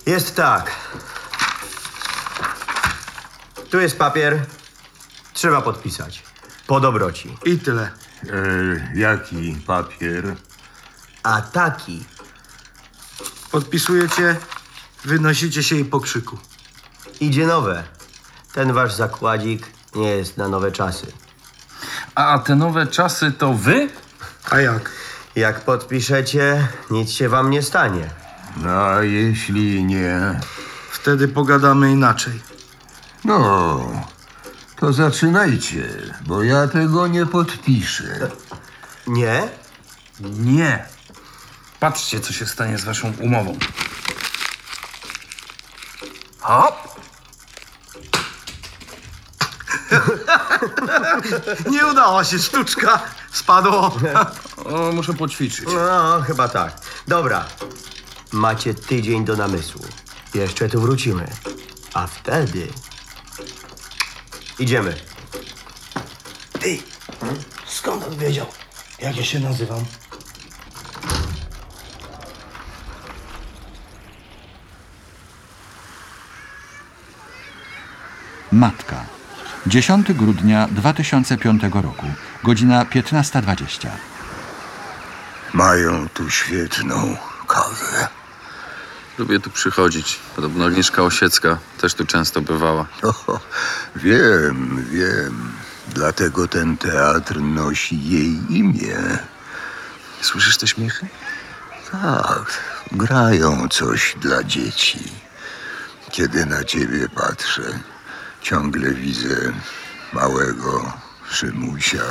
[SPEAKER 10] Jest tak. Tu jest papier. Trzeba podpisać. Po dobroci.
[SPEAKER 7] I tyle.
[SPEAKER 13] E, jaki papier?
[SPEAKER 10] A taki.
[SPEAKER 7] Podpisujecie, wynosicie się i po krzyku.
[SPEAKER 10] Idzie nowe. Ten wasz zakładzik nie jest na nowe czasy.
[SPEAKER 2] A te nowe czasy to wy?
[SPEAKER 7] A jak?
[SPEAKER 10] Jak podpiszecie, nic się wam nie stanie.
[SPEAKER 13] A jeśli nie?
[SPEAKER 7] Wtedy pogadamy inaczej.
[SPEAKER 13] No, to zaczynajcie, bo ja tego nie podpiszę.
[SPEAKER 10] Nie?
[SPEAKER 2] Nie. Patrzcie, co się stanie z waszą umową. Hop!
[SPEAKER 7] Nie udało się, sztuczka spadło.
[SPEAKER 2] O, muszę poćwiczyć.
[SPEAKER 10] No, chyba tak. Dobra. Macie tydzień do namysłu. Jeszcze tu wrócimy. A wtedy. Idziemy.
[SPEAKER 11] Ty, hmm? skąd on wiedział, jak ja się nazywam?
[SPEAKER 1] Matka. 10 grudnia 2005 roku, godzina 15.20.
[SPEAKER 13] Mają tu świetną kawę.
[SPEAKER 16] Lubię tu przychodzić. Podobno Agnieszka Osiecka też tu często bywała.
[SPEAKER 13] O, No, wiem, wiem. Dlatego ten teatr nosi jej imię.
[SPEAKER 16] Słyszysz te śmiechy?
[SPEAKER 13] Tak, grają coś dla dzieci. Kiedy na ciebie patrzę, ciągle widzę małego Szymusia.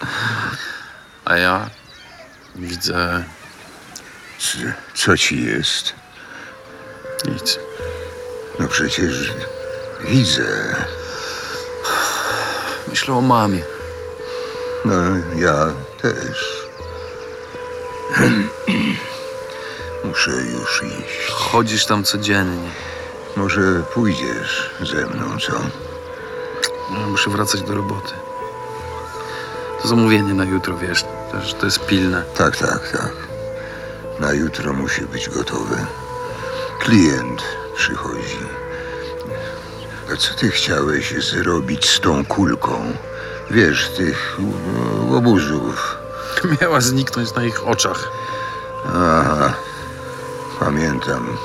[SPEAKER 16] A ja widzę
[SPEAKER 13] C- Co ci jest?
[SPEAKER 16] nic.
[SPEAKER 13] No przecież widzę.
[SPEAKER 16] Myślę o mamie.
[SPEAKER 13] No, ja też. Muszę już iść.
[SPEAKER 16] Chodzisz tam codziennie.
[SPEAKER 13] Może pójdziesz ze mną, co?
[SPEAKER 16] No, Muszę wracać do roboty. To zamówienie na jutro, wiesz, też to jest pilne.
[SPEAKER 13] Tak, tak, tak. Na jutro musi być gotowy. Klient przychodzi. A co ty chciałeś zrobić z tą kulką? Wiesz, tych no, obuzów.
[SPEAKER 16] Miała zniknąć na ich oczach.
[SPEAKER 13] Aha, pamiętam.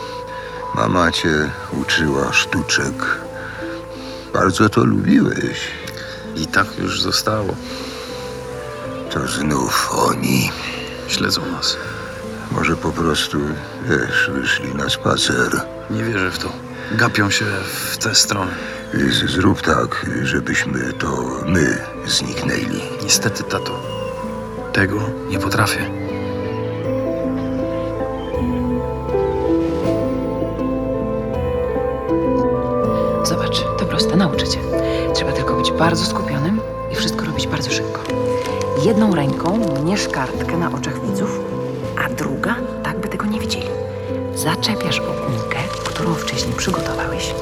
[SPEAKER 13] Mama cię uczyła sztuczek. Bardzo to lubiłeś.
[SPEAKER 16] I tak już zostało.
[SPEAKER 13] To znów oni.
[SPEAKER 16] Śledzą nas.
[SPEAKER 13] Może po prostu, wiesz, wyszli na spacer.
[SPEAKER 16] Nie wierzę w to. Gapią się w tę stronę.
[SPEAKER 13] Z- Zrób tak, żebyśmy to my zniknęli.
[SPEAKER 16] Niestety, tato, tego nie potrafię.
[SPEAKER 5] Zobacz, to proste, nauczę cię. Trzeba tylko być bardzo skupionym i wszystko robić bardzo szybko. Jedną ręką mniesz kartkę na oczach widzów, a druga tak, by tego nie widzieli. Zaczepiasz o kulkę, którą wcześniej przygotowałeś.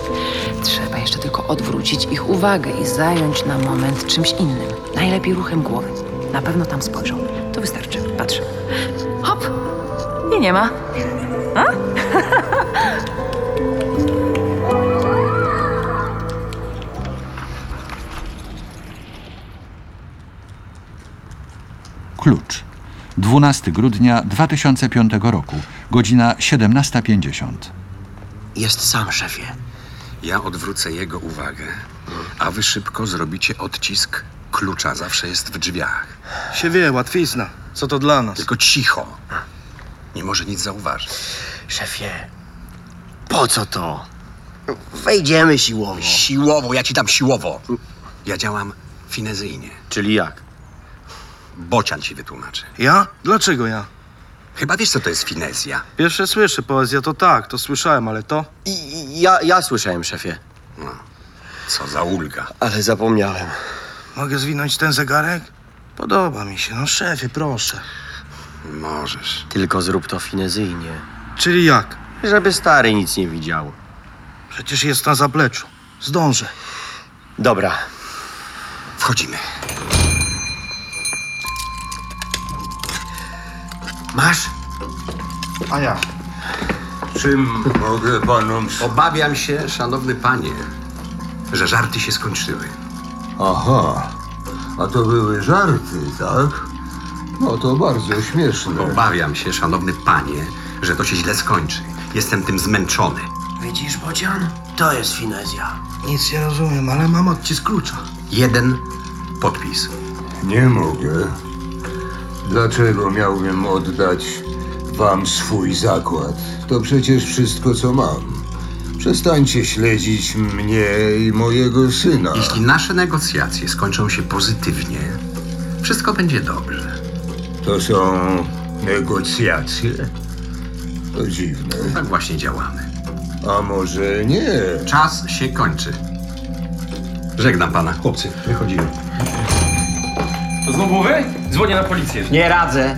[SPEAKER 5] Trzeba jeszcze tylko odwrócić ich uwagę i zająć na moment czymś innym. Najlepiej ruchem głowy. Na pewno tam spojrzą. To wystarczy. Patrz. Hop! I nie ma. A?
[SPEAKER 1] klucz. 12 grudnia 2005 roku, godzina 17.50.
[SPEAKER 17] Jest sam, szefie.
[SPEAKER 12] Ja odwrócę jego uwagę, a wy szybko zrobicie odcisk klucza. Zawsze jest w drzwiach.
[SPEAKER 10] Się wie, łatwizna. Co to dla nas?
[SPEAKER 12] Tylko cicho. Nie może nic zauważyć.
[SPEAKER 17] Szefie, po co to? Wejdziemy siłowo.
[SPEAKER 12] Siłowo, ja ci dam siłowo. Ja działam finezyjnie.
[SPEAKER 10] Czyli jak?
[SPEAKER 12] Bocian ci wytłumaczy.
[SPEAKER 10] Ja? Dlaczego ja?
[SPEAKER 12] Chyba wiesz, co to jest finezja.
[SPEAKER 10] Pierwsze słyszę, poezja to tak, to słyszałem, ale to...
[SPEAKER 17] I, ja, ja słyszałem, szefie.
[SPEAKER 12] No, co za ulga.
[SPEAKER 17] Ale zapomniałem.
[SPEAKER 10] Mogę zwinąć ten zegarek? Podoba mi się, no szefie, proszę.
[SPEAKER 12] Możesz.
[SPEAKER 17] Tylko zrób to finezyjnie.
[SPEAKER 10] Czyli jak?
[SPEAKER 17] Żeby stary nic nie widział.
[SPEAKER 10] Przecież jest na zapleczu. Zdążę.
[SPEAKER 17] Dobra.
[SPEAKER 12] Wchodzimy.
[SPEAKER 17] Masz?
[SPEAKER 12] A ja. Czym
[SPEAKER 13] Mogę panom...
[SPEAKER 12] obawiam się, szanowny panie, że żarty się skończyły.
[SPEAKER 13] Aha, a to były żarty, tak? No to bardzo śmieszne.
[SPEAKER 12] Obawiam się, szanowny panie, że to się źle skończy. Jestem tym zmęczony.
[SPEAKER 17] Widzisz, Bocian? To jest finezja.
[SPEAKER 18] Nic nie rozumiem, ale mam odcisk klucza.
[SPEAKER 12] Jeden podpis.
[SPEAKER 13] Nie mogę. Dlaczego miałbym oddać wam swój zakład? To przecież wszystko, co mam. Przestańcie śledzić mnie i mojego syna.
[SPEAKER 12] Jeśli nasze negocjacje skończą się pozytywnie, wszystko będzie dobrze.
[SPEAKER 13] To są negocjacje? To dziwne.
[SPEAKER 12] Tak właśnie działamy.
[SPEAKER 13] A może nie?
[SPEAKER 12] Czas się kończy. Żegnam pana. Chłopcy, wychodzimy.
[SPEAKER 19] To znowu wy? Dzwonię na policję.
[SPEAKER 17] Nie radzę.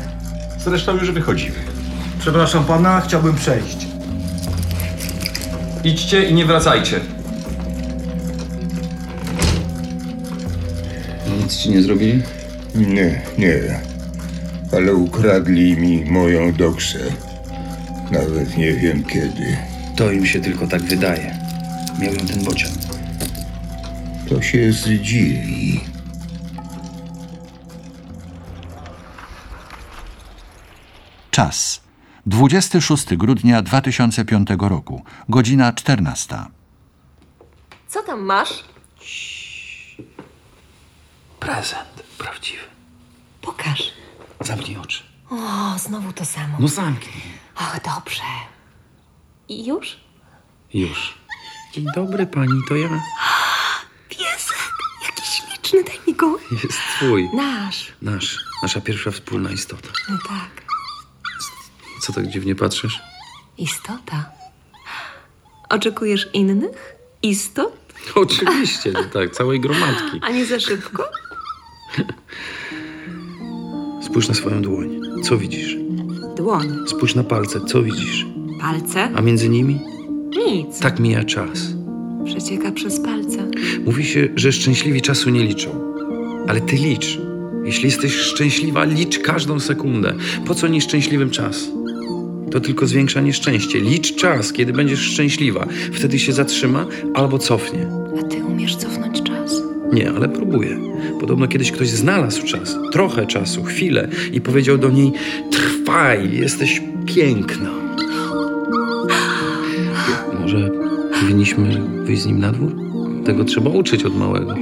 [SPEAKER 19] Zresztą już wychodzimy.
[SPEAKER 18] Przepraszam pana, chciałbym przejść.
[SPEAKER 19] Idźcie i nie wracajcie.
[SPEAKER 13] Nic ci nie zrobili? Nie, nie. Ale ukradli mi moją doksę. Nawet nie wiem kiedy.
[SPEAKER 2] To im się tylko tak wydaje. Miał ją ten bocian.
[SPEAKER 13] To się zdziwi.
[SPEAKER 1] Czas. 26 grudnia 2005 roku, godzina 14.
[SPEAKER 8] Co tam masz?
[SPEAKER 17] Prezent prawdziwy.
[SPEAKER 8] Pokaż.
[SPEAKER 17] Zamknij oczy.
[SPEAKER 8] O, znowu to samo.
[SPEAKER 17] No zamknij.
[SPEAKER 8] Och, dobrze. I już?
[SPEAKER 17] Już.
[SPEAKER 2] Dzień dobry pani, to ja.
[SPEAKER 8] Piesek! Jaki śliczny, daj mi go.
[SPEAKER 2] Jest twój.
[SPEAKER 8] Nasz.
[SPEAKER 2] Nasz. Nasza pierwsza wspólna istota.
[SPEAKER 8] No tak,
[SPEAKER 2] Co tak dziwnie patrzysz?
[SPEAKER 8] istota. Oczekujesz innych istot?
[SPEAKER 2] Oczywiście, no tak, całej gromadki.
[SPEAKER 8] A nie za szybko?
[SPEAKER 2] Spójrz na swoją dłoń. Co widzisz?
[SPEAKER 8] Dłoń,
[SPEAKER 2] Spójrz na palce. Co widzisz?
[SPEAKER 8] palce,
[SPEAKER 2] A między nimi?
[SPEAKER 8] nic.
[SPEAKER 2] Tak mija czas.
[SPEAKER 8] Przecieka przez palce.
[SPEAKER 2] Mówi się, że szczęśliwi czasu nie liczą. Ale ty licz. Jeśli jesteś szczęśliwa, licz każdą sekundę. Po co nieszczęśliwym czas? To tylko zwiększa nieszczęście. Licz czas, kiedy będziesz szczęśliwa. Wtedy się zatrzyma albo cofnie.
[SPEAKER 8] A ty umiesz cofnąć czas?
[SPEAKER 2] Nie, ale próbuję. Podobno kiedyś ktoś znalazł czas, trochę czasu, chwilę i powiedział do niej: Trwaj, jesteś piękna. Może powinniśmy wyjść z nim na dwór? Tego trzeba uczyć od małego.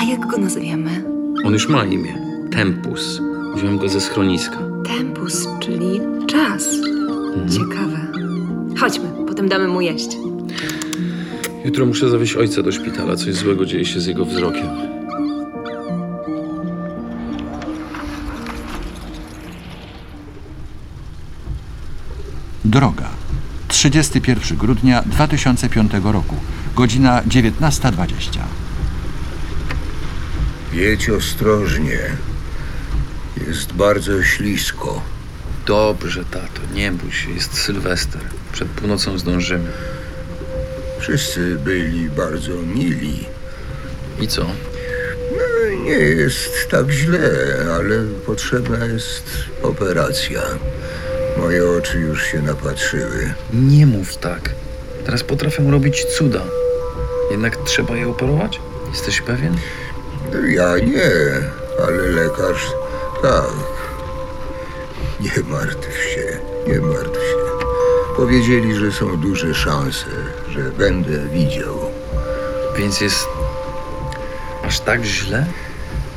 [SPEAKER 8] A jak go nazwiemy?
[SPEAKER 2] On już ma imię. Tempus. Wziąłem go ze schroniska.
[SPEAKER 8] Tempus, czyli czas. Ciekawe. Chodźmy, potem damy mu jeść.
[SPEAKER 2] Jutro muszę zawieźć ojca do szpitala. Coś złego dzieje się z jego wzrokiem.
[SPEAKER 1] Droga. 31 grudnia 2005 roku, godzina 19.20.
[SPEAKER 13] Jedź ostrożnie. Jest bardzo ślisko.
[SPEAKER 2] Dobrze, tato, nie bój się. Jest Sylwester. Przed północą zdążymy.
[SPEAKER 13] Wszyscy byli bardzo mili.
[SPEAKER 2] I co?
[SPEAKER 13] No, nie jest tak źle, ale potrzebna jest operacja. Moje oczy już się napatrzyły.
[SPEAKER 2] Nie mów tak. Teraz potrafią robić cuda. Jednak trzeba je operować? Jesteś pewien?
[SPEAKER 13] Ja nie, ale lekarz Tak. Nie martw się, nie martw się. Powiedzieli, że są duże szanse, że będę widział.
[SPEAKER 20] Więc jest aż tak źle?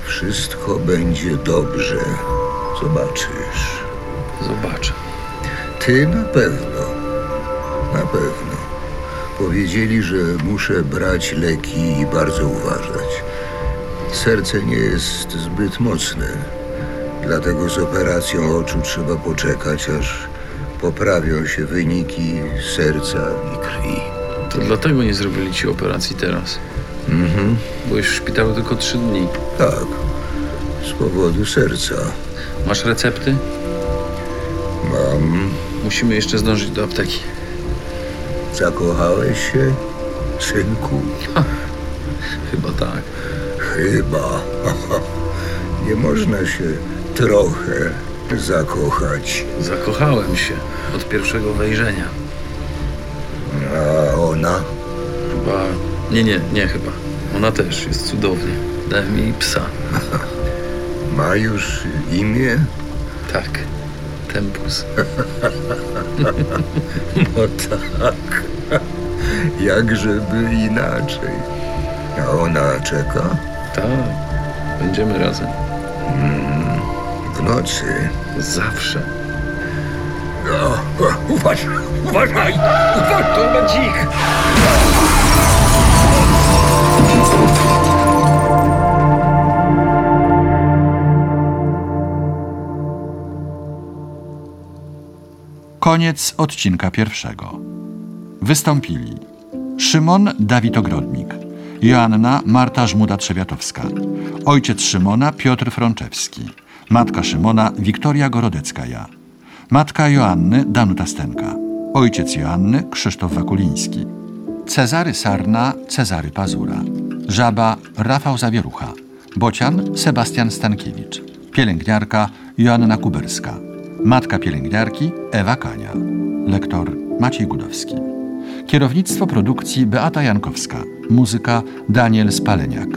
[SPEAKER 13] Wszystko będzie dobrze. Zobaczysz.
[SPEAKER 20] Zobaczę.
[SPEAKER 13] Ty na pewno. Na pewno. Powiedzieli, że muszę brać leki i bardzo uważać. Serce nie jest zbyt mocne. Dlatego z operacją oczu trzeba poczekać, aż poprawią się wyniki serca i krwi.
[SPEAKER 20] To dlatego nie zrobili ci operacji teraz.
[SPEAKER 13] Mhm.
[SPEAKER 20] Byłeś w szpitalu tylko trzy dni.
[SPEAKER 13] Tak. Z powodu serca.
[SPEAKER 20] Masz recepty?
[SPEAKER 13] Mam.
[SPEAKER 20] Musimy jeszcze zdążyć do apteki.
[SPEAKER 13] Zakochałeś się, synku?
[SPEAKER 20] Chyba tak.
[SPEAKER 13] Chyba. Nie można się trochę zakochać.
[SPEAKER 20] Zakochałem się od pierwszego wejrzenia.
[SPEAKER 13] A ona?
[SPEAKER 20] Chyba. Nie, nie, nie chyba. Ona też jest cudownie. Dałem jej psa.
[SPEAKER 13] Ma już imię?
[SPEAKER 20] Tak. Tempus.
[SPEAKER 13] No tak. Jakżeby inaczej. A ona czeka?
[SPEAKER 20] Tak. Będziemy razem.
[SPEAKER 13] Mm, W nocy.
[SPEAKER 20] Zawsze.
[SPEAKER 13] O, uważaj, uważaj! Uważaj, to ma dzik!
[SPEAKER 1] Koniec odcinka pierwszego. Wystąpili Szymon Dawid Ogrodnik, Joanna Marta Żmuda-Trzewiatowska, ojciec Szymona Piotr Frączewski, matka Szymona Wiktoria Gorodecka-Ja, matka Joanny Danuta Stenka, ojciec Joanny Krzysztof Wakuliński, Cezary Sarna Cezary Pazura, żaba Rafał Zawierucha, bocian Sebastian Stankiewicz, pielęgniarka Joanna Kuberska, matka pielęgniarki Ewa Kania, lektor Maciej Gudowski. Kierownictwo produkcji Beata Jankowska. Muzyka Daniel Spaleniak.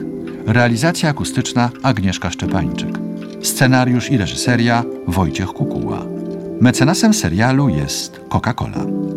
[SPEAKER 1] Realizacja akustyczna Agnieszka Szczepańczyk. Scenariusz i reżyseria Wojciech Kukuła. Mecenasem serialu jest Coca-Cola.